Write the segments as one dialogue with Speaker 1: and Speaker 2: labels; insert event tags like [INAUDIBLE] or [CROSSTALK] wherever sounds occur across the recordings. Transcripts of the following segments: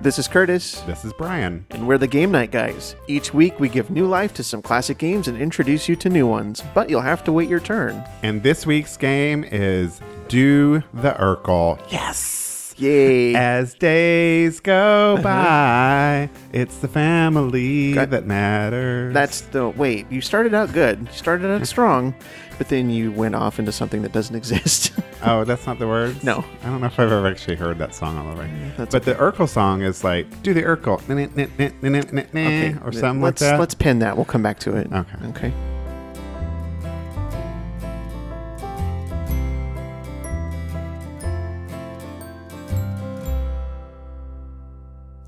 Speaker 1: This is Curtis,
Speaker 2: This is Brian.
Speaker 1: and we're the Game Night Guys. Each week, we give new life to some classic games and introduce you to new ones, but you'll have to wait your turn.
Speaker 2: And this week's game is Do the Urkel. Yes! [LAUGHS]
Speaker 1: Yay!
Speaker 2: As days go by, it's the family
Speaker 1: Mm-hmm. Got-
Speaker 2: that matters.
Speaker 1: That's the wait. You started out good. You started
Speaker 2: [LAUGHS]
Speaker 1: out strong, but then you went off into something that doesn't [LAUGHS] exist.
Speaker 2: oh, that's not the words?
Speaker 1: No. Mm,
Speaker 2: I don't know if I've ever actually heard that song all the way. but the Urkel song is like, Do the Urkel. nah, nah, nah, nah, nah, nah, nah, Eh, Or something
Speaker 1: let's,
Speaker 2: like that.
Speaker 1: Let's pin that. We'll come back to it.
Speaker 2: Okay.
Speaker 1: Okay.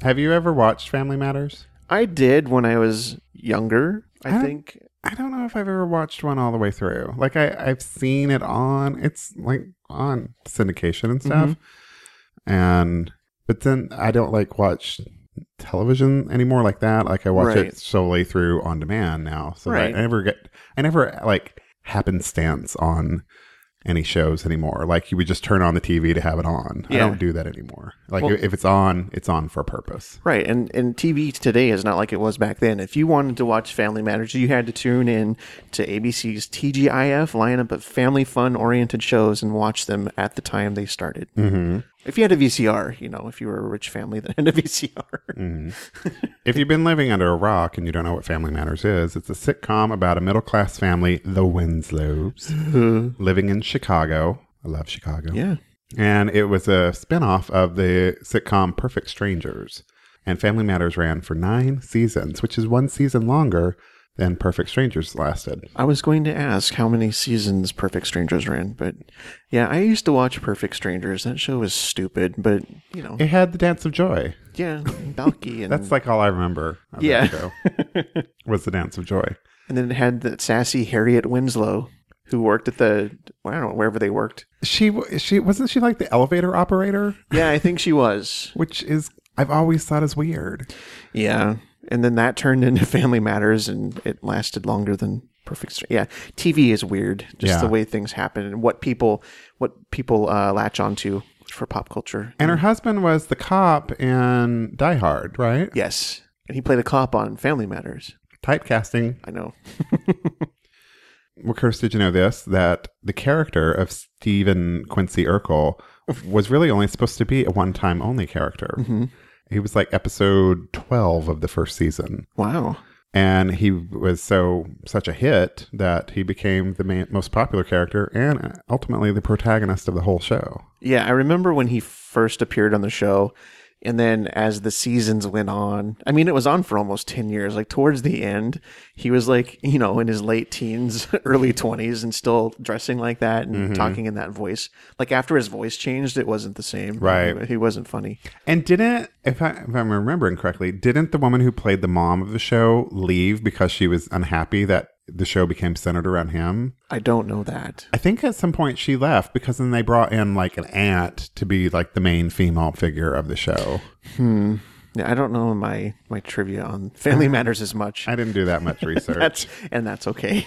Speaker 2: Have you ever watched Family Matters?
Speaker 1: I did when I was younger. I,
Speaker 2: I-
Speaker 1: think
Speaker 2: I don't know if I've ever watched one all the way through. Like I, I've seen it on it's like on syndication and stuff.
Speaker 1: Mm-hmm.
Speaker 2: And but then I don't like watch television anymore like that. Like I watch
Speaker 1: Right.
Speaker 2: it solely through on demand now. So
Speaker 1: Right.
Speaker 2: I never get I never like happenstance on any shows anymore. Like you would just turn on the TV to have it on. I
Speaker 1: Yeah.
Speaker 2: don't do that anymore. Like
Speaker 1: Well-
Speaker 2: if it's on, it's on for a purpose.
Speaker 1: right. And and TV today is not like it was back then. If you wanted to watch Family Matters, you had to tune in to ABC's TGIF lineup of family fun oriented shows and watch them at the time they started.
Speaker 2: Mm-hmm.
Speaker 1: If you had a VCR, you know, if you were a rich family that had a [LAUGHS] VCR.
Speaker 2: Mm-hmm. If you've been living under a rock and you don't know what Family Matters is, it's a sitcom about a middle class family,
Speaker 1: [LAUGHS]
Speaker 2: the Winslows, living in Chicago. I love Chicago.
Speaker 1: Yeah.
Speaker 2: And it was a spin off of the sitcom Perfect Strangers. And Family Matters ran for nine seasons, which is one season longer than Perfect Strangers lasted.
Speaker 1: I was going to ask how many seasons Perfect Strangers ran, but yeah, I used to watch Perfect Strangers. That show was stupid, but you
Speaker 2: [LAUGHS]
Speaker 1: know,
Speaker 2: It had the Dance of Joy.
Speaker 1: yeah, Balky and
Speaker 2: That's like all I remember of
Speaker 1: Yeah.
Speaker 2: that show was the Dance of Joy.
Speaker 1: and then it had that sassy Harriet Winslow who worked at the well, I don't know wherever they worked.
Speaker 2: She w- she wasn't she like the elevator operator,
Speaker 1: Yeah, I think she was.
Speaker 2: which is I've always thought is weird.
Speaker 1: Yeah, and then that turned into Family Matters, and it lasted longer than Perfect. Str- Yeah, TV is weird, just
Speaker 2: Yeah.
Speaker 1: the way things happen and what people what people uh, latch onto for pop culture.
Speaker 2: And her husband was the cop in Die Hard, right?
Speaker 1: Yes, and he played a cop on Family Matters.
Speaker 2: Typecasting.
Speaker 1: I know.
Speaker 2: Well, Curtis, did you know this? That the character of Stephen Quincy Urkel was really only supposed to be a one time only character. He was like episode 12 of the first season.
Speaker 1: Wow.
Speaker 2: And he was so such a hit that he became the main, most popular character and ultimately the protagonist of the whole show.
Speaker 1: Yeah, I remember when he first appeared on the show. And then as the seasons went on, I mean, it was on for almost 10 years. Like towards the end, he was like, you know, in his late teens, [LAUGHS] early 20s, and still dressing like that and talking in that voice. Like after his voice changed, it wasn't the same.
Speaker 2: Right.
Speaker 1: He wasn't funny.
Speaker 2: And didn't, if, I, if I'm remembering correctly, didn't the woman who played the mom of the show leave because she was unhappy that the show became centered around him?
Speaker 1: I don't know that.
Speaker 2: I think at some point she left because then they brought in like an aunt to be like the main female figure of the show.
Speaker 1: Yeah, I don't know my, my trivia on Family Matters as much.
Speaker 2: I didn't do that much research.
Speaker 1: That's, and that's okay.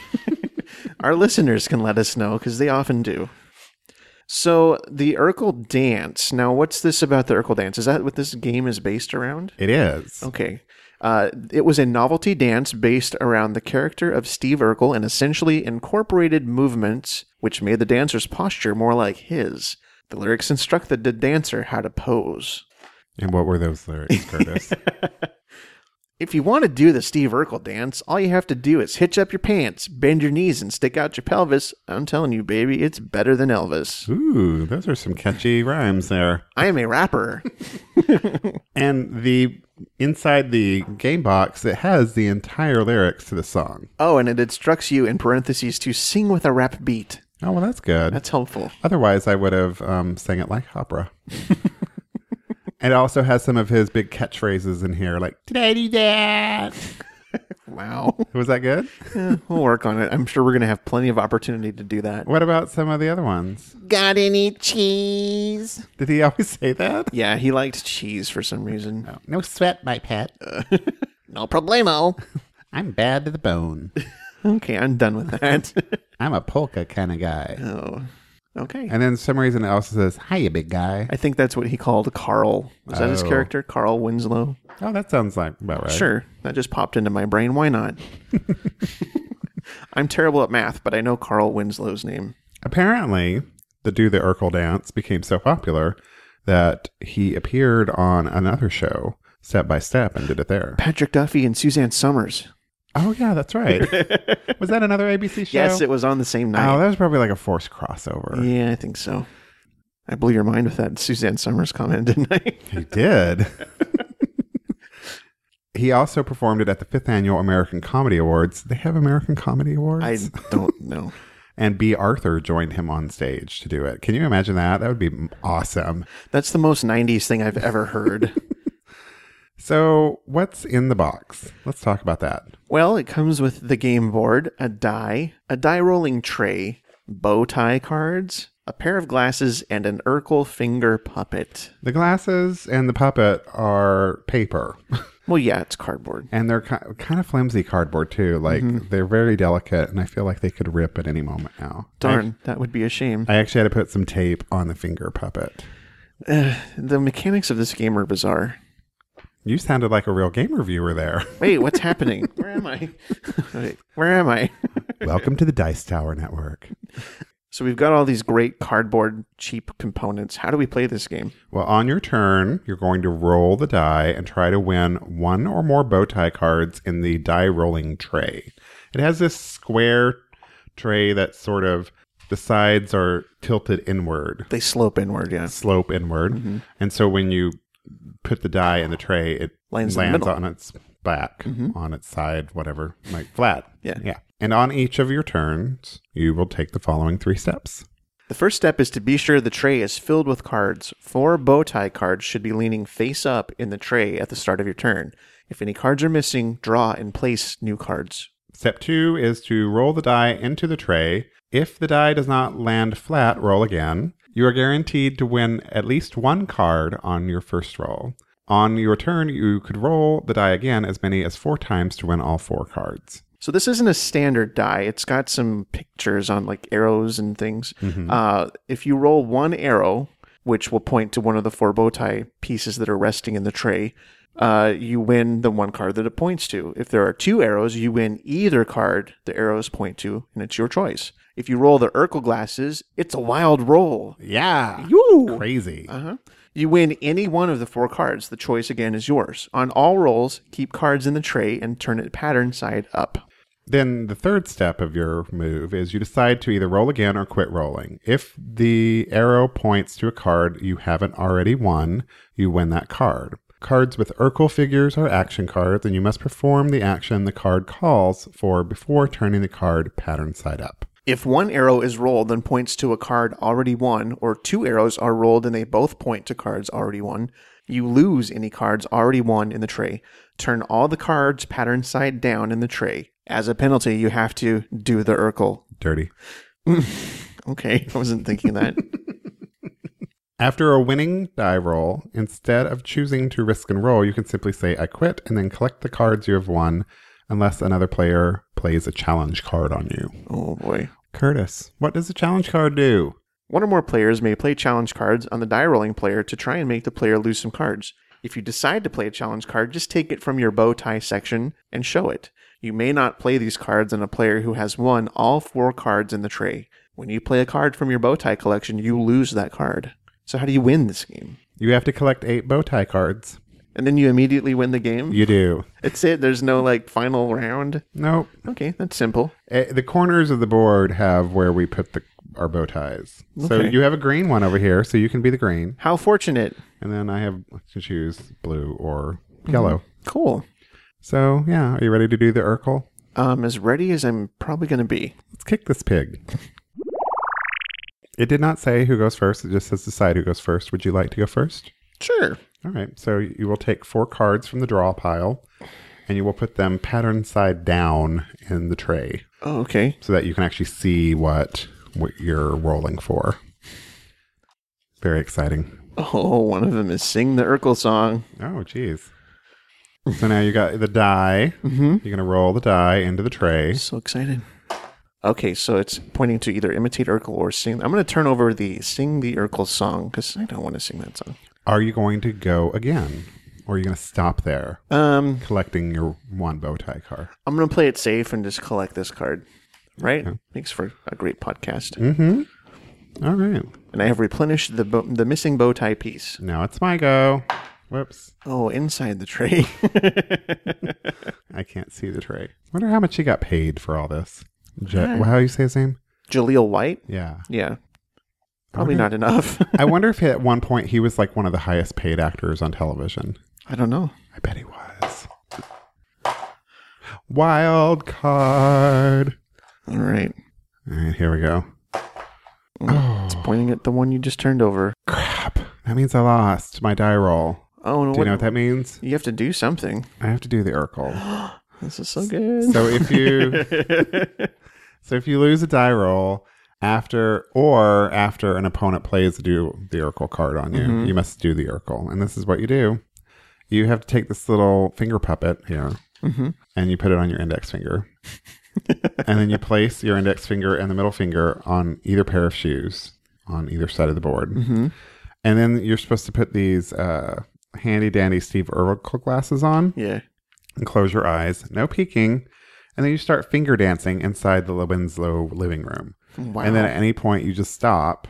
Speaker 1: [LAUGHS] Our listeners can let us know because they often do. So the Urkel dance. Now, what's this about the Urkel dance? Is that what this game is based around?
Speaker 2: it is.
Speaker 1: Okay. Uh, it was a novelty dance based around the character of Steve Urkel and essentially incorporated movements which made the dancer's posture more like his. The lyrics instructed the dancer how to pose.
Speaker 2: And what were those lyrics, Curtis?
Speaker 1: If you want to do the Steve Urkel dance, all you have to do is hitch up your pants, bend your knees, and stick out your pelvis. I'm telling you, baby, it's better than Elvis.
Speaker 2: Ooh, those are some catchy rhymes there.
Speaker 1: I am a rapper.
Speaker 2: And the inside the game box, it has the entire lyrics to the song.
Speaker 1: Oh, and it instructs you in parentheses to sing with a rap beat.
Speaker 2: Oh well, that's good.
Speaker 1: That's helpful.
Speaker 2: Otherwise, I would have um, sang it like [LAUGHS] opera. it also has some of his big catchphrases in here, like "Did I do that?"
Speaker 1: Wow.
Speaker 2: Was that good?
Speaker 1: Eh, [LAUGHS] we'll work on it. I'm sure we're going to have plenty of opportunity to do that.
Speaker 2: What about some of the other ones?
Speaker 1: Got any cheese?
Speaker 2: Did he always say that?
Speaker 1: Yeah, he liked cheese for some reason.
Speaker 2: No sweat, my pet.
Speaker 1: No problemo.
Speaker 2: I'm bad to the bone.
Speaker 1: okay, I'm done with that.
Speaker 2: I'm a polka kind of guy.
Speaker 1: oh. Okay.
Speaker 2: And then for some reason Elsa says, "Hi, you big guy."
Speaker 1: I think that's what he called Carl. Is that his
Speaker 2: Oh.
Speaker 1: character? Carl Winslow?
Speaker 2: Oh, that sounds like about right.
Speaker 1: Sure. That just popped into my brain. Why not? I'm terrible at math, but I know Carl Winslow's name.
Speaker 2: Apparently, the Do the Urkel Dance became so popular that he appeared on another show, Step by Step, and did it there.
Speaker 1: Patrick Duffy and Suzanne Summers.
Speaker 2: Oh yeah,
Speaker 1: [LAUGHS]
Speaker 2: that's right. was that another ABC show?
Speaker 1: Yes, it was on the same
Speaker 2: Oh,
Speaker 1: night.
Speaker 2: that was probably like a forced crossover.
Speaker 1: yeah, I think so. I blew your mind with that Suzanne Summers comment, didn't I?
Speaker 2: He did. [LAUGHS] he also performed it at the fifth annual American Comedy Awards. They have American Comedy Awards.
Speaker 1: I don't know.
Speaker 2: and B. Arthur joined him on stage to do it. Can you imagine that? That would be awesome.
Speaker 1: That's the most 90s thing I've ever heard.
Speaker 2: So, what's in the box? Let's talk about that.
Speaker 1: Well, it comes with the game board, a die, a die rolling tray, bow tie cards, a pair of glasses, and an Urkel finger puppet.
Speaker 2: The glasses and the puppet are paper,
Speaker 1: Well, yeah, it's cardboard.
Speaker 2: and they're ki- kind of flimsy cardboard too. Like they're very delicate, and I feel like they could rip at any moment now.
Speaker 1: Darn, that would be a shame.
Speaker 2: I actually had to put some tape on the finger puppet.
Speaker 1: The mechanics of this game are bizarre.
Speaker 2: You sounded like a real game reviewer there. [LAUGHS]
Speaker 1: Wait, what's happening? Where am I? Wait, where am I?
Speaker 2: Welcome to the Dice Tower Network.
Speaker 1: so we've got all these great cardboard cheap components. How do we play this game?
Speaker 2: Well, on your turn, you're going to roll the die and try to win one or more bow tie cards in the die rolling tray. It has this square tray that sort of the sides are tilted inward,
Speaker 1: They slope inward, yeah.
Speaker 2: slope inward.
Speaker 1: Mm-hmm.
Speaker 2: And so when you put the die in the tray, it
Speaker 1: Lands
Speaker 2: lands,
Speaker 1: in the middle. Mm-hmm.
Speaker 2: on its back, on its side, whatever, like flat.
Speaker 1: Yeah.
Speaker 2: Yeah. And on each of your turns, you will take the following three steps.
Speaker 1: The first step is to be sure the tray is filled with cards. Four bow tie cards should be leaning face up in the tray at the start of your turn. If any cards are missing, draw and place new cards.
Speaker 2: Step two is to roll the die into the tray. If the die does not land flat, roll again. You are guaranteed to win at least one card on your first roll. On your turn, you could roll the die again as many as four times to win all four cards.
Speaker 1: So this isn't a standard die. It's got some pictures on like arrows and things. Uh, if you roll one arrow, which will point to one of the four bow tie pieces that are resting in the tray, uh, you win the one card that it points to. If there are two arrows, you win either card the arrows point to, and it's your choice. If you roll the Urkel glasses, it's a wild roll.
Speaker 2: Yeah.
Speaker 1: You.
Speaker 2: Crazy.
Speaker 1: Uh-huh. You win any one of the four cards. The choice again is yours. On all rolls, keep cards in the tray and turn it pattern side up.
Speaker 2: Then the third step of your move is you decide to either roll again or quit rolling. If the arrow points to a card you haven't already won, you win that card. Cards with Urkel figures are action cards, and you must perform the action the card calls for before turning the card pattern side up.
Speaker 1: If one arrow is rolled and points to a card already won, or two arrows are rolled and they both point to cards already won, you lose any cards already won in the tray. Turn all the cards pattern side down in the tray. As a penalty, you have to do the Urkel.
Speaker 2: Dirty.
Speaker 1: Okay, [LAUGHS] I wasn't thinking that.
Speaker 2: After a winning die roll, instead of choosing to risk and roll, you can simply say, I quit, and then collect the cards you have won, unless another player plays a challenge card on you.
Speaker 1: oh boy.
Speaker 2: Curtis, what does a challenge card do?
Speaker 1: One or more players may play challenge cards on the die rolling player to try and make the player lose some cards. If you decide to play a challenge card, just take it from your bow tie section and show it. You may not play these cards on a player who has won all four cards in the tray. When you play a card from your bow tie collection, you lose that card. So, how do you win this game?
Speaker 2: You have to collect eight bow tie cards.
Speaker 1: And then you immediately win the game?
Speaker 2: You do.
Speaker 1: That's it. There's no like final round.
Speaker 2: Nope.
Speaker 1: Okay, that's simple.
Speaker 2: Eh, the corners of the board have where we put the our bow ties. So
Speaker 1: Okay.
Speaker 2: you have a green one over here, so you can be the green,
Speaker 1: How fortunate.
Speaker 2: and then I have to choose blue or yellow.
Speaker 1: Cool.
Speaker 2: So yeah, are you ready to do the Urkel?
Speaker 1: I'm Um, as ready as I'm probably going to be.
Speaker 2: Let's kick this pig. It did not say who goes first. It just says decide who goes first. Would you like to go first?
Speaker 1: Sure.
Speaker 2: All right. So you will take four cards from the draw pile, and you will put them pattern side down in the tray.
Speaker 1: Oh, okay.
Speaker 2: so that you can actually see what what you're rolling for. Very exciting.
Speaker 1: Oh, one of them is sing the Urkel song.
Speaker 2: Oh, geez. So now you got the die. You're gonna roll the die into the tray.
Speaker 1: So excited. Okay, so it's pointing to either imitate Urkel or sing. I'm going to turn over the sing the Urkel song because I don't want to sing that song.
Speaker 2: Are you going to go again? Or are you going to stop there
Speaker 1: Um,
Speaker 2: collecting your one bow tie car?
Speaker 1: I'm going to play it safe and just collect this card. Right? Makes for a great podcast.
Speaker 2: Hmm? All right.
Speaker 1: And I have replenished the bo- the missing bow tie piece.
Speaker 2: Now it's my go. Whoops.
Speaker 1: Oh, inside the tray. [LAUGHS]
Speaker 2: I can't see the tray. Wonder how much he got paid for all this. Je- How do you say his name?
Speaker 1: Jaleel White?
Speaker 2: Yeah.
Speaker 1: Yeah. Probably not enough. [LAUGHS]
Speaker 2: I wonder if at one point he was like one of the highest paid actors on television.
Speaker 1: I don't know.
Speaker 2: I bet he was. Wild card.
Speaker 1: All right.
Speaker 2: All right, here we go.
Speaker 1: It's
Speaker 2: Oh.
Speaker 1: pointing at the one you just turned over.
Speaker 2: Crap. That means I lost my die roll.
Speaker 1: Oh, no.
Speaker 2: Do you know what that means?
Speaker 1: you have to do something.
Speaker 2: I have to do the Urkel.
Speaker 1: This is so good.
Speaker 2: [LAUGHS] So if you so if you lose a die roll after or after an opponent plays do the Urkel card on you, you must do the Urkel. And this is what you do. You have to take this little finger puppet here and you put it on your index [LAUGHS] finger. and then you place your index finger and the middle finger on either pair of shoes on either side of the board. And then you're supposed to put these uh, handy dandy Steve Urkel glasses on
Speaker 1: Yeah.
Speaker 2: and close your eyes, no peeking, and then you start finger dancing inside the Winslow living room.
Speaker 1: Wow. Mm-hmm.
Speaker 2: And then at any point, you just stop,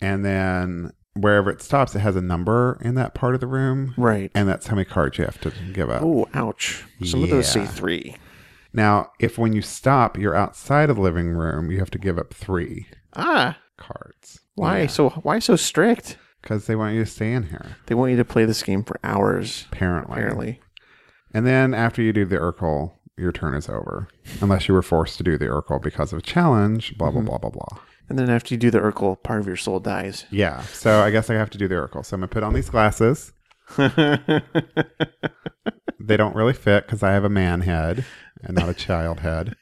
Speaker 2: and then wherever it stops, it has a number in that part of the room,
Speaker 1: right.
Speaker 2: and that's how many cards you have to give up.
Speaker 1: Oh, ouch. Some of those say
Speaker 2: Yeah.
Speaker 1: three.
Speaker 2: Now, if when you stop, you're outside of the living room, you have to give up three
Speaker 1: Ah.
Speaker 2: cards
Speaker 1: Why so why so strict?
Speaker 2: because they want you to stay in here.
Speaker 1: They want you to play this game for hours,
Speaker 2: Apparently.
Speaker 1: apparently.
Speaker 2: And then after you do the Urkel, your turn is over. Unless you were forced to do the Urkel because of a challenge, blah,
Speaker 1: Mm-hmm.
Speaker 2: blah, blah, blah, blah.
Speaker 1: And then after you do the Urkel, part of your soul dies.
Speaker 2: Yeah. So I guess I have to do the Oracle. So I'm going to put on
Speaker 1: [LAUGHS]
Speaker 2: these glasses. they don't really fit because I have a man head and not a
Speaker 1: [LAUGHS]
Speaker 2: child head.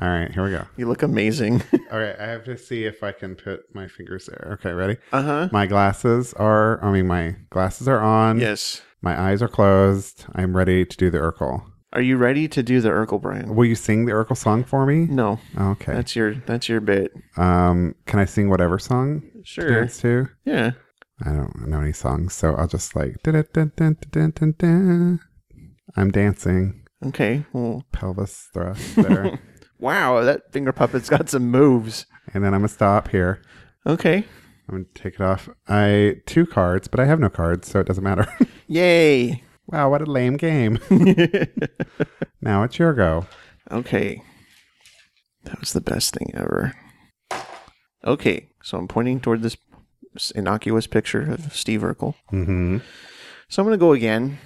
Speaker 2: All right, here we go.
Speaker 1: You look amazing. [LAUGHS]
Speaker 2: All right, I have to see if I can put my fingers there. Okay, ready?
Speaker 1: Uh-huh.
Speaker 2: My glasses are, I mean, my glasses are on.
Speaker 1: yes.
Speaker 2: My eyes are closed. I'm ready to do the Urkel.
Speaker 1: Are you ready to do the Urkel, Brian?
Speaker 2: Will you sing the Urkel song for me?
Speaker 1: No.
Speaker 2: Okay.
Speaker 1: Mm. That's your that's your bit.
Speaker 2: Um, can I sing whatever song?
Speaker 1: Sure.
Speaker 2: Dance to?
Speaker 1: Yeah.
Speaker 2: I don't know any songs, so I'll just like. "Da-da-da-da-da-da-da-da." I'm dancing,
Speaker 1: Okay. Well,
Speaker 2: pelvis thrust there.
Speaker 1: wow, that finger puppet's got some moves.
Speaker 2: and then I'm going to stop here.
Speaker 1: Okay.
Speaker 2: I'm going to take it off. I two cards, but I have no cards, so it doesn't matter. [LAUGHS]
Speaker 1: Yay.
Speaker 2: wow, what a lame game. now it's your go.
Speaker 1: Okay. That was the best thing ever. Okay, so I'm pointing toward this innocuous picture of Steve Urkel.
Speaker 2: Mm-hmm.
Speaker 1: So I'm going to go again,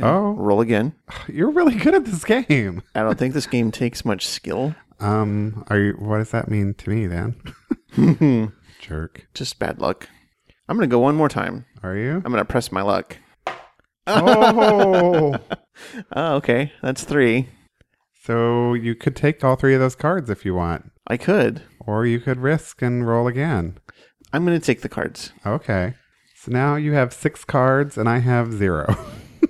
Speaker 2: Oh,
Speaker 1: roll again.
Speaker 2: you're really good at this game.
Speaker 1: I don't think this game takes much skill,
Speaker 2: Um, are you? What does that mean to me then? Jerk.
Speaker 1: just bad luck. I'm going to go one more time.
Speaker 2: Are
Speaker 1: [LAUGHS]
Speaker 2: you?
Speaker 1: I'm going to press my luck.
Speaker 2: Oh.
Speaker 1: Oh, okay, that's three.
Speaker 2: so you could take all three of those cards if you want.
Speaker 1: I could.
Speaker 2: Or you could risk and roll again.
Speaker 1: I'm going to take the cards.
Speaker 2: Okay. So now you have six cards and I have zero.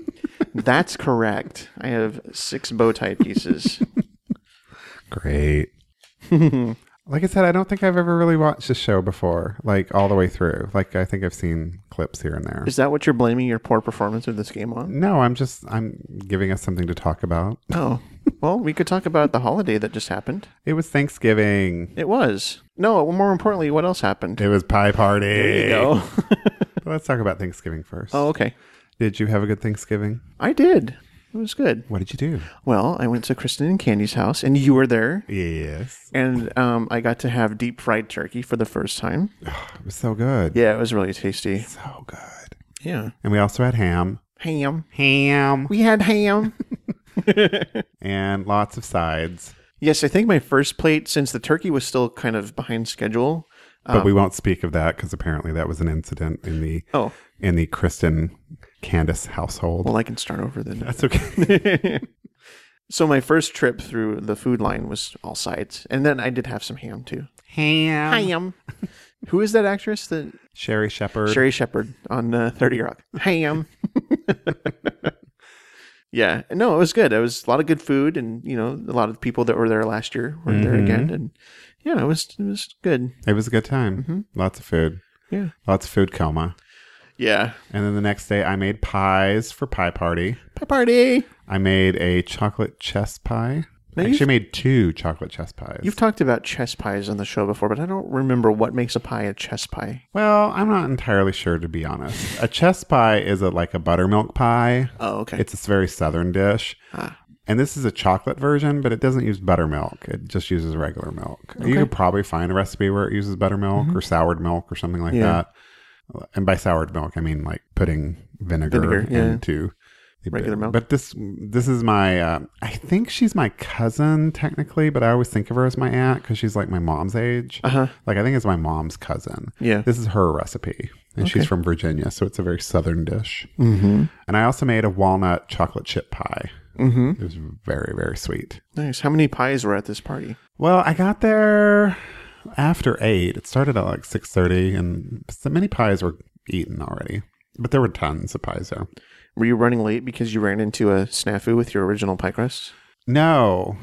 Speaker 2: [LAUGHS]
Speaker 1: That's correct. I have six bow tie pieces. [LAUGHS]
Speaker 2: Great. like I said, I don't think I've ever really watched the show before, like all the way through. Like I think I've seen clips here and there.
Speaker 1: Is that what you're blaming your poor performance of this game on?
Speaker 2: No, I'm just I'm giving us something to talk about.
Speaker 1: Oh, well, we could talk about the holiday that just happened.
Speaker 2: It was Thanksgiving.
Speaker 1: It was. No, well, more importantly, what else happened?
Speaker 2: It was pie party.
Speaker 1: No.
Speaker 2: But [LAUGHS] let's talk about Thanksgiving
Speaker 1: [LAUGHS]
Speaker 2: first.
Speaker 1: oh, okay.
Speaker 2: Did you have a good Thanksgiving?
Speaker 1: I did. It was good.
Speaker 2: What did you do?
Speaker 1: Well, I went to Kristen and Candy's house, and you were there.
Speaker 2: Yes.
Speaker 1: And um, I got to have deep fried turkey for the first time.
Speaker 2: It was so good.
Speaker 1: Yeah, it was really tasty.
Speaker 2: So good.
Speaker 1: Yeah.
Speaker 2: And we also had ham.
Speaker 1: Ham.
Speaker 2: Ham.
Speaker 1: We had ham.
Speaker 2: and lots of sides.
Speaker 1: yes, I think my first plate, since the turkey was still kind of behind schedule.
Speaker 2: But we won't speak of that because apparently that was an incident in the
Speaker 1: Oh,
Speaker 2: in the Kristen Candace household.
Speaker 1: well, I can start over
Speaker 2: [LAUGHS]
Speaker 1: then.
Speaker 2: That's okay.
Speaker 1: So my first trip through the food line was all sides. And then I did have some ham too.
Speaker 2: ham.
Speaker 1: Ham. Who is that actress that
Speaker 2: Sherry Shepherd.
Speaker 1: Sherry Shepard on uh, 30 Rock. Ham. [LAUGHS] Yeah, no, it was good. It was a lot of good food, and you know, a lot of people that were there last year were there
Speaker 2: Mhm.
Speaker 1: again, and yeah, it was it was good.
Speaker 2: It was a good time. Lots of food.
Speaker 1: Yeah,
Speaker 2: Lots of food coma.
Speaker 1: yeah.
Speaker 2: And then the next day, I made pies for pie party.
Speaker 1: Pie party.
Speaker 2: I made a chocolate chess pie.
Speaker 1: Now
Speaker 2: I
Speaker 1: you've-
Speaker 2: actually made two chocolate chess pies.
Speaker 1: You've talked about chess pies on the show before, but I don't remember what makes a pie a chess pie.
Speaker 2: well, I'm not entirely sure to be honest. A chess pie is a, like a buttermilk pie.
Speaker 1: Oh, okay.
Speaker 2: It's this very southern dish.
Speaker 1: Ah.
Speaker 2: And this is a chocolate version, but it doesn't use buttermilk. It just uses regular milk. You could probably find a recipe where it uses buttermilk or soured milk or something like
Speaker 1: Mm-hmm. Yeah.
Speaker 2: that. And by soured milk, I mean like putting vinegar,
Speaker 1: Vinegar, yeah.
Speaker 2: into the
Speaker 1: Regular milk.
Speaker 2: But this this is my uh, I think she's my cousin technically, but I always think of her as my aunt because she's like my mom's age.
Speaker 1: Uh-huh.
Speaker 2: Like I think it's my mom's cousin.
Speaker 1: Yeah.
Speaker 2: This is her recipe, and she's
Speaker 1: Okay.
Speaker 2: from Virginia, so it's a very southern dish.
Speaker 1: Mm-hmm.
Speaker 2: And I also made a walnut chocolate chip pie.
Speaker 1: Mm-hmm.
Speaker 2: It was very, very sweet.
Speaker 1: Nice. How many pies were at this party?
Speaker 2: Well, I got there after eight. It started at like six thirty, and so many pies were eaten already. But there were tons of pies there.
Speaker 1: Were you running late because you ran into a snafu with your original pie crust? [LAUGHS]
Speaker 2: No,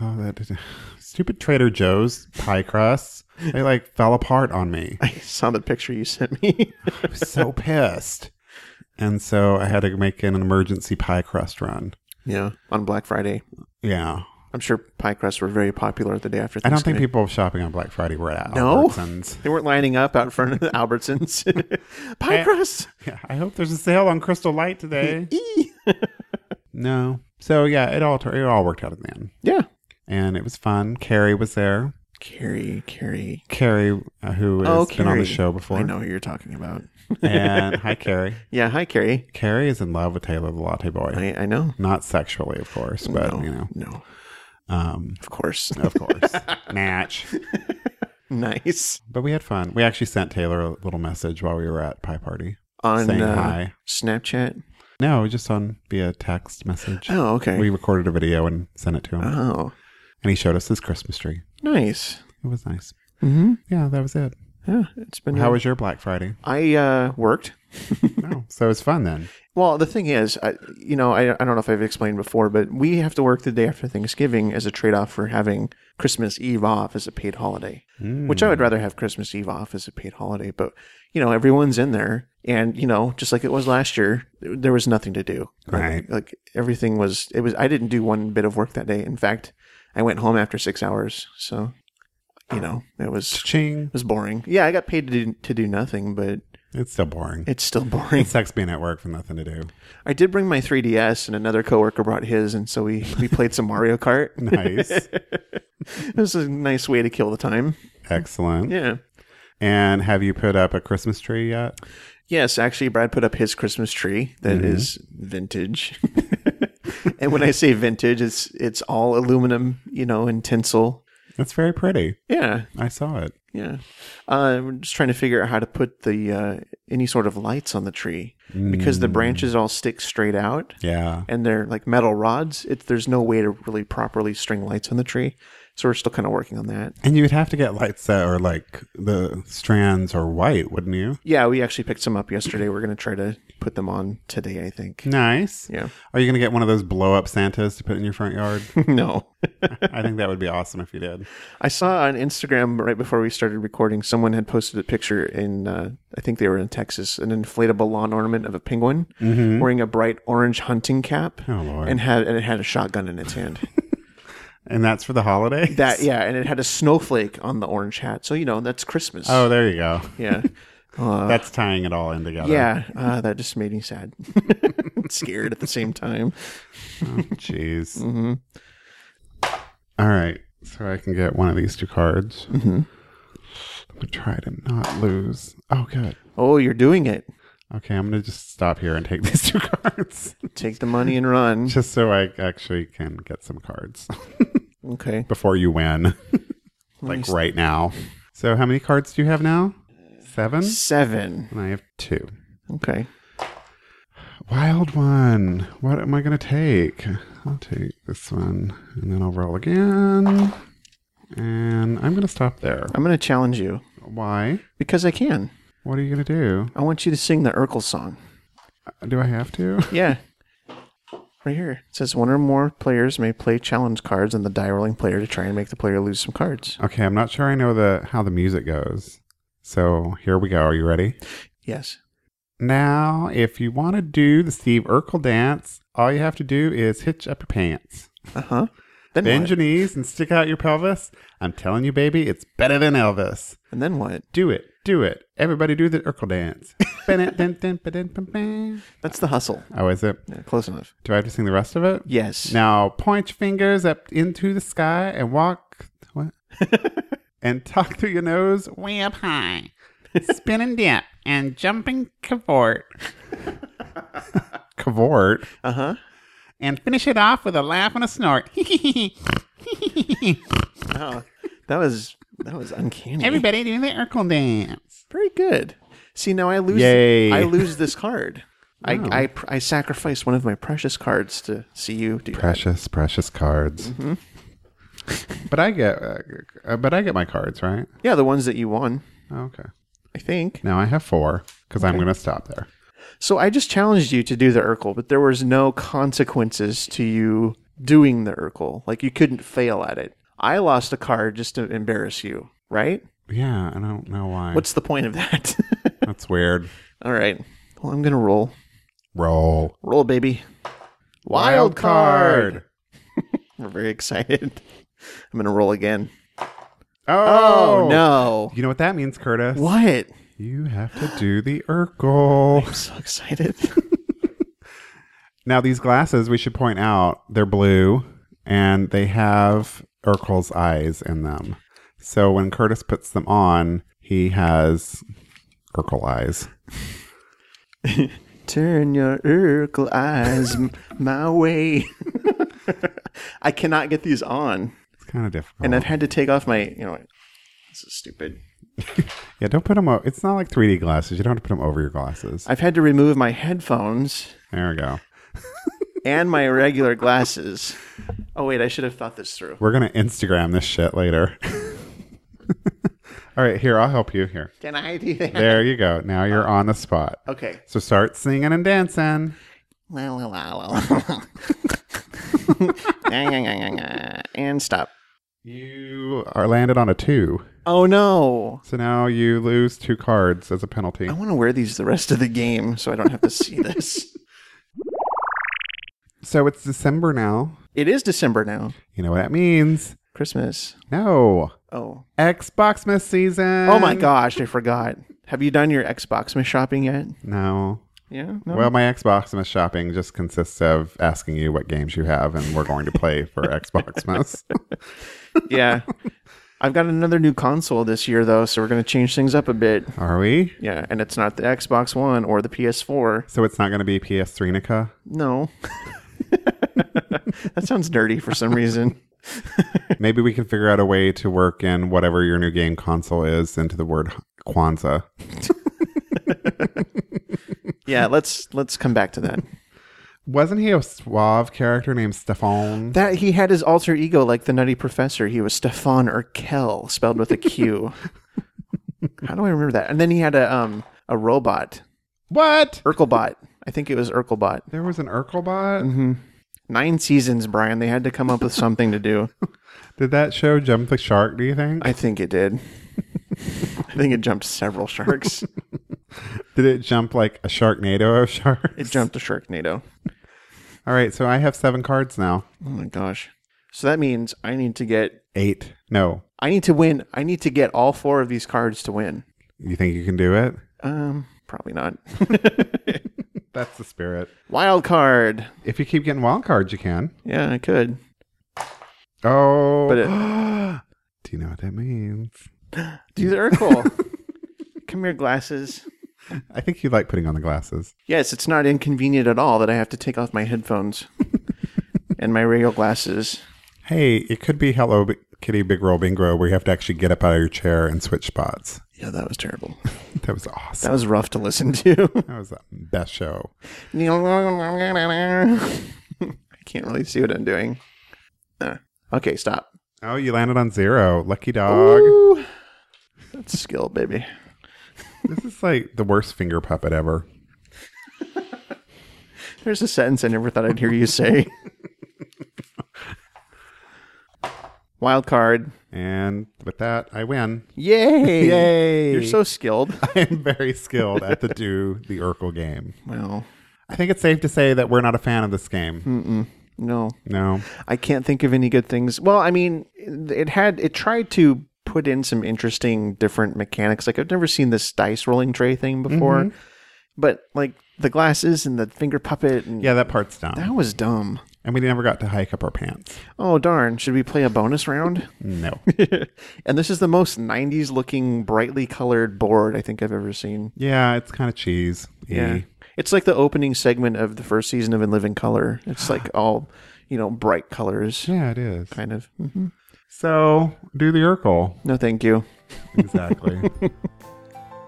Speaker 2: oh, that stupid Trader Joe's pie crusts. They like fell apart on me.
Speaker 1: I saw the picture you sent me.
Speaker 2: I was so pissed, and so I had to make an emergency pie crust run.
Speaker 1: [LAUGHS] yeah, on Black Friday.
Speaker 2: Yeah,
Speaker 1: I'm sure pie crusts were very popular the day after.
Speaker 2: I don't think
Speaker 1: Thanksgiving.
Speaker 2: people shopping on Black Friday were at
Speaker 1: No?
Speaker 2: Albertsons. [LAUGHS]
Speaker 1: They weren't lining up out front of the Albertsons. Pie
Speaker 2: I-
Speaker 1: crust.
Speaker 2: Yeah, I hope there's a sale on Crystal
Speaker 1: [LAUGHS]
Speaker 2: Light today.
Speaker 1: Eee.
Speaker 2: no. So yeah, it all tur- it all worked out at the end,
Speaker 1: Yeah.
Speaker 2: and it was fun. Carrie was there.
Speaker 1: Carrie, Carrie.
Speaker 2: Carrie, uh, who has
Speaker 1: Oh,
Speaker 2: been on
Speaker 1: Carrie.
Speaker 2: the show before,
Speaker 1: I know [LAUGHS] who you're talking about.
Speaker 2: and hi, Carrie.
Speaker 1: Yeah. Hi, Carrie.
Speaker 2: Carrie is in love with Taylor the Latte Boy.
Speaker 1: I, I know.
Speaker 2: Not sexually, of course, but
Speaker 1: no,
Speaker 2: you know,
Speaker 1: no,
Speaker 2: um,
Speaker 1: of
Speaker 2: [LAUGHS]
Speaker 1: course. [LAUGHS]
Speaker 2: of course, match.
Speaker 1: nice.
Speaker 2: But we had fun. We actually sent Taylor a little message while we were at pie party
Speaker 1: On
Speaker 2: saying
Speaker 1: uh,
Speaker 2: hi.
Speaker 1: Snapchat.
Speaker 2: No, just on via text message.
Speaker 1: Oh, okay.
Speaker 2: We recorded a video and sent it to him,
Speaker 1: oh,
Speaker 2: and he showed us his Christmas tree.
Speaker 1: nice.
Speaker 2: It was nice.
Speaker 1: Mm-hmm.
Speaker 2: Yeah, that was it.
Speaker 1: Yeah, it's been.
Speaker 2: How was your Black Friday?
Speaker 1: I uh, worked.
Speaker 2: Oh, so it's
Speaker 1: [LAUGHS]
Speaker 2: fun then.
Speaker 1: Well, the thing is, I, you know, I, I don't know if I've explained before, but we have to work the day after Thanksgiving as a trade off for having Christmas Eve off as a paid holiday, which I would rather have Christmas Eve off as a paid holiday. But, you know, everyone's in there. And, you know, just like it was last year, th- there was nothing to do. Like-
Speaker 2: Right.
Speaker 1: Like everything was, it was, I didn't do one bit of work that day. In fact, I went home after six hours. So, you know, it was.
Speaker 2: Ching.
Speaker 1: It was boring. Yeah, I got paid to do, to do nothing, but
Speaker 2: It's still boring.
Speaker 1: it's still [LAUGHS] boring.
Speaker 2: It sucks being at work for nothing
Speaker 1: [LAUGHS]
Speaker 2: to do.
Speaker 1: I did bring my 3DS, and another coworker brought his, and so we we played some Mario Kart.
Speaker 2: Nice.
Speaker 1: It was a nice way to kill the time.
Speaker 2: Excellent.
Speaker 1: Yeah.
Speaker 2: And have you put up a Christmas tree yet?
Speaker 1: Yes, actually, Brad put up his Christmas tree that is vintage. [LAUGHS] and when I say vintage, it's it's all aluminum, you know, and tinsel.
Speaker 2: It's very pretty.
Speaker 1: Yeah,
Speaker 2: I saw it.
Speaker 1: yeah. Uh, I'm just trying to figure out how to put the uh, any sort of lights on the tree because the branches all stick straight out.
Speaker 2: Yeah.
Speaker 1: and they're like metal rods. It's there's no way to really properly string lights on the tree, so we're still kind of working on that.
Speaker 2: And you'd have to get lights that are like the strands are white, wouldn't you?
Speaker 1: Yeah, we actually picked some up yesterday. We're gonna try to put them on today, I think.
Speaker 2: Nice.
Speaker 1: Yeah, [LAUGHS]
Speaker 2: Are you going to get one of those blow up Santas to put in your front yard?
Speaker 1: no,
Speaker 2: I think that would be awesome if you did.
Speaker 1: I saw on Instagram right before we started recording, someone had posted a picture in uh, I think they were in Texas, an inflatable lawn ornament of a penguin wearing a bright orange hunting cap.
Speaker 2: Mm-hmm. Oh, Lord.
Speaker 1: And had and it had a shotgun in its hand.
Speaker 2: And that's for the holiday? [LAUGHS]
Speaker 1: that yeah, and it had a snowflake on the orange hat. So you know that's Christmas.
Speaker 2: oh, there you go. [LAUGHS]
Speaker 1: yeah.
Speaker 2: That's tying it all in together.
Speaker 1: Yeah, uh, that just made me sad, [LAUGHS] scared at the same time.
Speaker 2: Jeez. All right. So I can get one of these two cards. Mm-hmm. I'm going to try to not lose. Oh, good.
Speaker 1: Oh, you're doing it.
Speaker 2: Okay. I'm going to just stop here and take [LAUGHS] these two cards [LAUGHS]
Speaker 1: Take the money and run.
Speaker 2: just so I actually can get some cards [LAUGHS]
Speaker 1: Okay,
Speaker 2: before you win, [LAUGHS] like right now. So, how many cards do you have now? Seven?
Speaker 1: seven.
Speaker 2: And I have two.
Speaker 1: Okay,
Speaker 2: Wild one. What am I going to take? I'll take this one and then I'll roll again. And I'm going to stop there.
Speaker 1: I'm gonna challenge you
Speaker 2: Why?
Speaker 1: because I can.
Speaker 2: What are you going to do? Uh,
Speaker 1: I want you to sing the Urkel song.
Speaker 2: Do I have to?
Speaker 1: Yeah. [LAUGHS] Right here. It says one or more players may play challenge cards on the die rolling player to try and make the player lose some cards.
Speaker 2: Okay, I'm not sure I know the how the music goes. So here we go. Are you ready?
Speaker 1: Yes.
Speaker 2: Now, if you want to do the Steve Urkel dance, all you have to do is hitch up your pants,
Speaker 1: Uh huh. Then
Speaker 2: bend
Speaker 1: what?
Speaker 2: your knees, and stick out your pelvis. I'm telling you, baby, it's better than Elvis.
Speaker 1: And then what?
Speaker 2: Do it, do it. Everybody do the Urkel dance. Ba-dun-dun-dun-ba-dun-bum-bum.
Speaker 1: That's the hustle.
Speaker 2: oh, is it?
Speaker 1: Yeah, close enough.
Speaker 2: Do I have to sing the rest of it?
Speaker 1: Yes.
Speaker 2: Now point your fingers up into the sky and walk what? and talk through your nose way up high. Spin and dip and jumping cavort. cavort.
Speaker 1: Uh huh.
Speaker 2: And finish it off with a laugh and a snort. [LAUGHS]
Speaker 1: Wow. that was that was uncanny.
Speaker 2: Everybody do the Urkel dance.
Speaker 1: Very good. See now I lose.
Speaker 2: Yay.
Speaker 1: I lose this
Speaker 2: [LAUGHS]
Speaker 1: card. I, I pr- I sacrifice one of my precious cards to see you do. that.
Speaker 2: Precious, precious cards.
Speaker 1: Mm-hmm.
Speaker 2: [LAUGHS] but I get, uh, uh, but I get my cards right. Oh,
Speaker 1: Yeah, the ones that you won.
Speaker 2: Okay.
Speaker 1: I think.
Speaker 2: Now I have four because I'm going to stop there.
Speaker 1: So I just challenged you to do the Urkel, but there was no consequences to you doing the Urkel. Like you couldn't fail at it. I lost a card just to embarrass you, right?
Speaker 2: Yeah, and I don't know why.
Speaker 1: What's the point of that? [LAUGHS]
Speaker 2: That's weird.
Speaker 1: All right. Well, I'm gonna roll.
Speaker 2: Roll.
Speaker 1: Roll, baby. Wild card. We're very excited. I'm gonna roll again.
Speaker 2: Oh,
Speaker 1: Oh no!
Speaker 2: You know what that means, Curtis?
Speaker 1: What?
Speaker 2: You have to do the Urkel.
Speaker 1: I'm so excited. [LAUGHS]
Speaker 2: Now, these glasses, we should point out, they're blue and they have Urkel's eyes in them. So when Curtis puts them on, he has Urkel eyes.
Speaker 1: Turn your Urkel eyes m- my way. [LAUGHS] I cannot get these on,
Speaker 2: It's kind of difficult.
Speaker 1: and I've had to take off my. You know, this is stupid.
Speaker 2: yeah, don't put them o It's not like 3D glasses. You don't have to put them over your glasses.
Speaker 1: I've had to remove my headphones
Speaker 2: There we go.
Speaker 1: and my regular glasses. Oh wait, I should have thought this through.
Speaker 2: We're going to Instagram this shit later. [LAUGHS] All right, here, I'll help you. Here.
Speaker 1: Can I do that?
Speaker 2: There you go. Now
Speaker 1: Uh-huh.
Speaker 2: you're on the spot.
Speaker 1: Okay.
Speaker 2: So start singing and dancing.
Speaker 1: La la la la. and stop.
Speaker 2: You are landed on a two.
Speaker 1: Oh no.
Speaker 2: So now you lose two cards as a penalty.
Speaker 1: I want to wear these the rest of the game so I don't have to see [LAUGHS] this.
Speaker 2: So it's December now.
Speaker 1: It is December now.
Speaker 2: You know what that means?
Speaker 1: Christmas.
Speaker 2: No.
Speaker 1: Oh.
Speaker 2: Xbox Miss season.
Speaker 1: Oh my gosh, I forgot. Have you done your Xbox Miss shopping yet?
Speaker 2: No.
Speaker 1: Yeah. No.
Speaker 2: Well, my Xbox Miss shopping just consists of asking you what games you have, and we're going to play for Xbox Miss.
Speaker 1: yeah. I've got another new console this year though, so we're going to change things up a bit.
Speaker 2: Are we?
Speaker 1: Yeah, and it's not the Xbox One or the PS4.
Speaker 2: So it's not going to be PS3 Nika?
Speaker 1: No. [LAUGHS] that sounds nerdy for some reason.
Speaker 2: Maybe we can figure out a way to work in whatever your new game console is into the word Kwanzaa.
Speaker 1: Yeah, let's let's come back to that.
Speaker 2: Wasn't he a suave character named Stefan?
Speaker 1: That he had his alter ego like the Nutty Professor. He was Stefan Urkel, spelled with a Q. How do I remember that? And then he had a um a robot,
Speaker 2: what?
Speaker 1: Urkelbot. I think it was Urkelbot.
Speaker 2: There was an Urkelbot?
Speaker 1: Nine seasons, Brian. They had to come up with something to do.
Speaker 2: Did that show jump the shark, do you think?
Speaker 1: I think it did. I think it jumped several sharks.
Speaker 2: Did it jump like a Sharknado of [LAUGHS] sharks?
Speaker 1: It jumped a Sharknado.
Speaker 2: All right, so I have seven cards now.
Speaker 1: Oh my gosh. So that means I need to get
Speaker 2: Eight. No.
Speaker 1: I need to win. I need to get all four of these cards to win.
Speaker 2: You think you can do it?
Speaker 1: Um probably not.
Speaker 2: That's the spirit.
Speaker 1: Wild card.
Speaker 2: If you keep getting wild cards, you can.
Speaker 1: Yeah, I could.
Speaker 2: Oh.
Speaker 1: But it-
Speaker 2: [GASPS] do you know what that means?
Speaker 1: Do the Urkel. Come here, glasses.
Speaker 2: I think you like putting on the glasses.
Speaker 1: Yes, it's not inconvenient at all that I have to take off my headphones and my real glasses.
Speaker 2: Hey, it could be Hello B- Kitty Big Roll Bingo where you have to actually get up out of your chair and switch spots.
Speaker 1: Yeah, that was terrible.
Speaker 2: That was awesome.
Speaker 1: That was rough to listen to.
Speaker 2: That was the best show.
Speaker 1: I can't really see what I'm doing. Ah, okay, stop.
Speaker 2: Oh, you landed on zero. Lucky dog.
Speaker 1: Ooh, that's skill, baby.
Speaker 2: This is like the worst finger puppet ever.
Speaker 1: There's a sentence I never thought I'd hear you say. Wild card.
Speaker 2: And with that, I win. [LAUGHS]
Speaker 1: Yay!
Speaker 2: Yay!
Speaker 1: You're so skilled.
Speaker 2: I'm very skilled at the do the Urkel game.
Speaker 1: Well,
Speaker 2: I think it's safe to say that we're not a fan of this game.
Speaker 1: Hmm. no.
Speaker 2: No.
Speaker 1: I can't think of any good things. Well, I mean, it had it tried to put in some interesting different mechanics. Like I've never seen this dice rolling tray thing before, but like the glasses and the finger puppet and
Speaker 2: Yeah, that part's dumb.
Speaker 1: that was dumb.
Speaker 2: and we never got to hike up our pants.
Speaker 1: Oh darn! Should we play a bonus [LAUGHS] round?
Speaker 2: No.
Speaker 1: and this is the most '90s looking, brightly colored board I think I've ever seen.
Speaker 2: [LAUGHS] yeah, it's kind of cheese.
Speaker 1: Yeah. It's like the opening segment of the first season of In Living Color. It's [SIGHS] like all, you know, bright colors,
Speaker 2: Yeah, it is.
Speaker 1: kind of. hmm
Speaker 2: So do the Urkel.
Speaker 1: No, thank you.
Speaker 2: Exactly.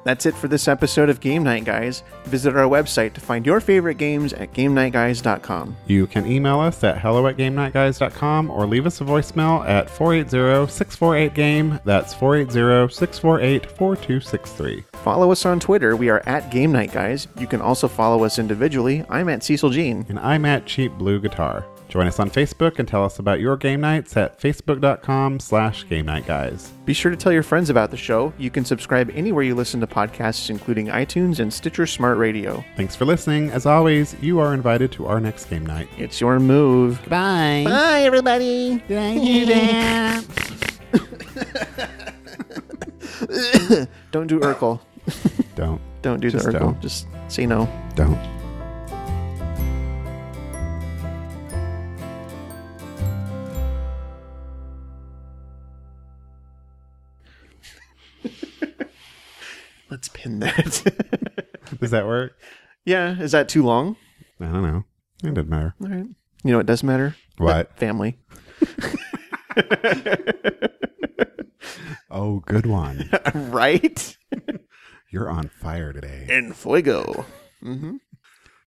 Speaker 1: That's it for this episode of Game Night Guys. Visit our website to find your favorite games at GameNightGuys.com.
Speaker 2: [LAUGHS] you can email us at hello at gamenightguys.com or leave us a voicemail at 480-648-GAME. That's 480-648-4263.
Speaker 1: Follow us on Twitter. We are at Game Night Guys. You can also follow us individually. I'm at Cecil Jean.
Speaker 2: And I'm at Cheap Blue Guitar. Join us on Facebook and tell us about your game nights at facebook.com slash game night guys.
Speaker 1: Be sure to tell your friends about the show. You can subscribe anywhere you listen to podcasts, including iTunes and Stitcher Smart Radio.
Speaker 2: Thanks for listening. As always, you are invited to our next game night.
Speaker 1: It's your move.
Speaker 2: Bye.
Speaker 1: Bye,
Speaker 2: [LAUGHS]
Speaker 1: everybody.
Speaker 2: Did I do that?
Speaker 1: Don't do Urkel.
Speaker 2: don't.
Speaker 1: Don't do
Speaker 2: Just
Speaker 1: the Urkel.
Speaker 2: don't.
Speaker 1: Just say no.
Speaker 2: Don't.
Speaker 1: Let's pin that. [LAUGHS]
Speaker 2: Does that work?
Speaker 1: yeah, is that too long?
Speaker 2: I don't know. It didn't matter.
Speaker 1: All right. You know what does matter?
Speaker 2: [LAUGHS] What?
Speaker 1: Family.
Speaker 2: Oh, good one.
Speaker 1: right?
Speaker 2: You're on fire today.
Speaker 1: En fuego.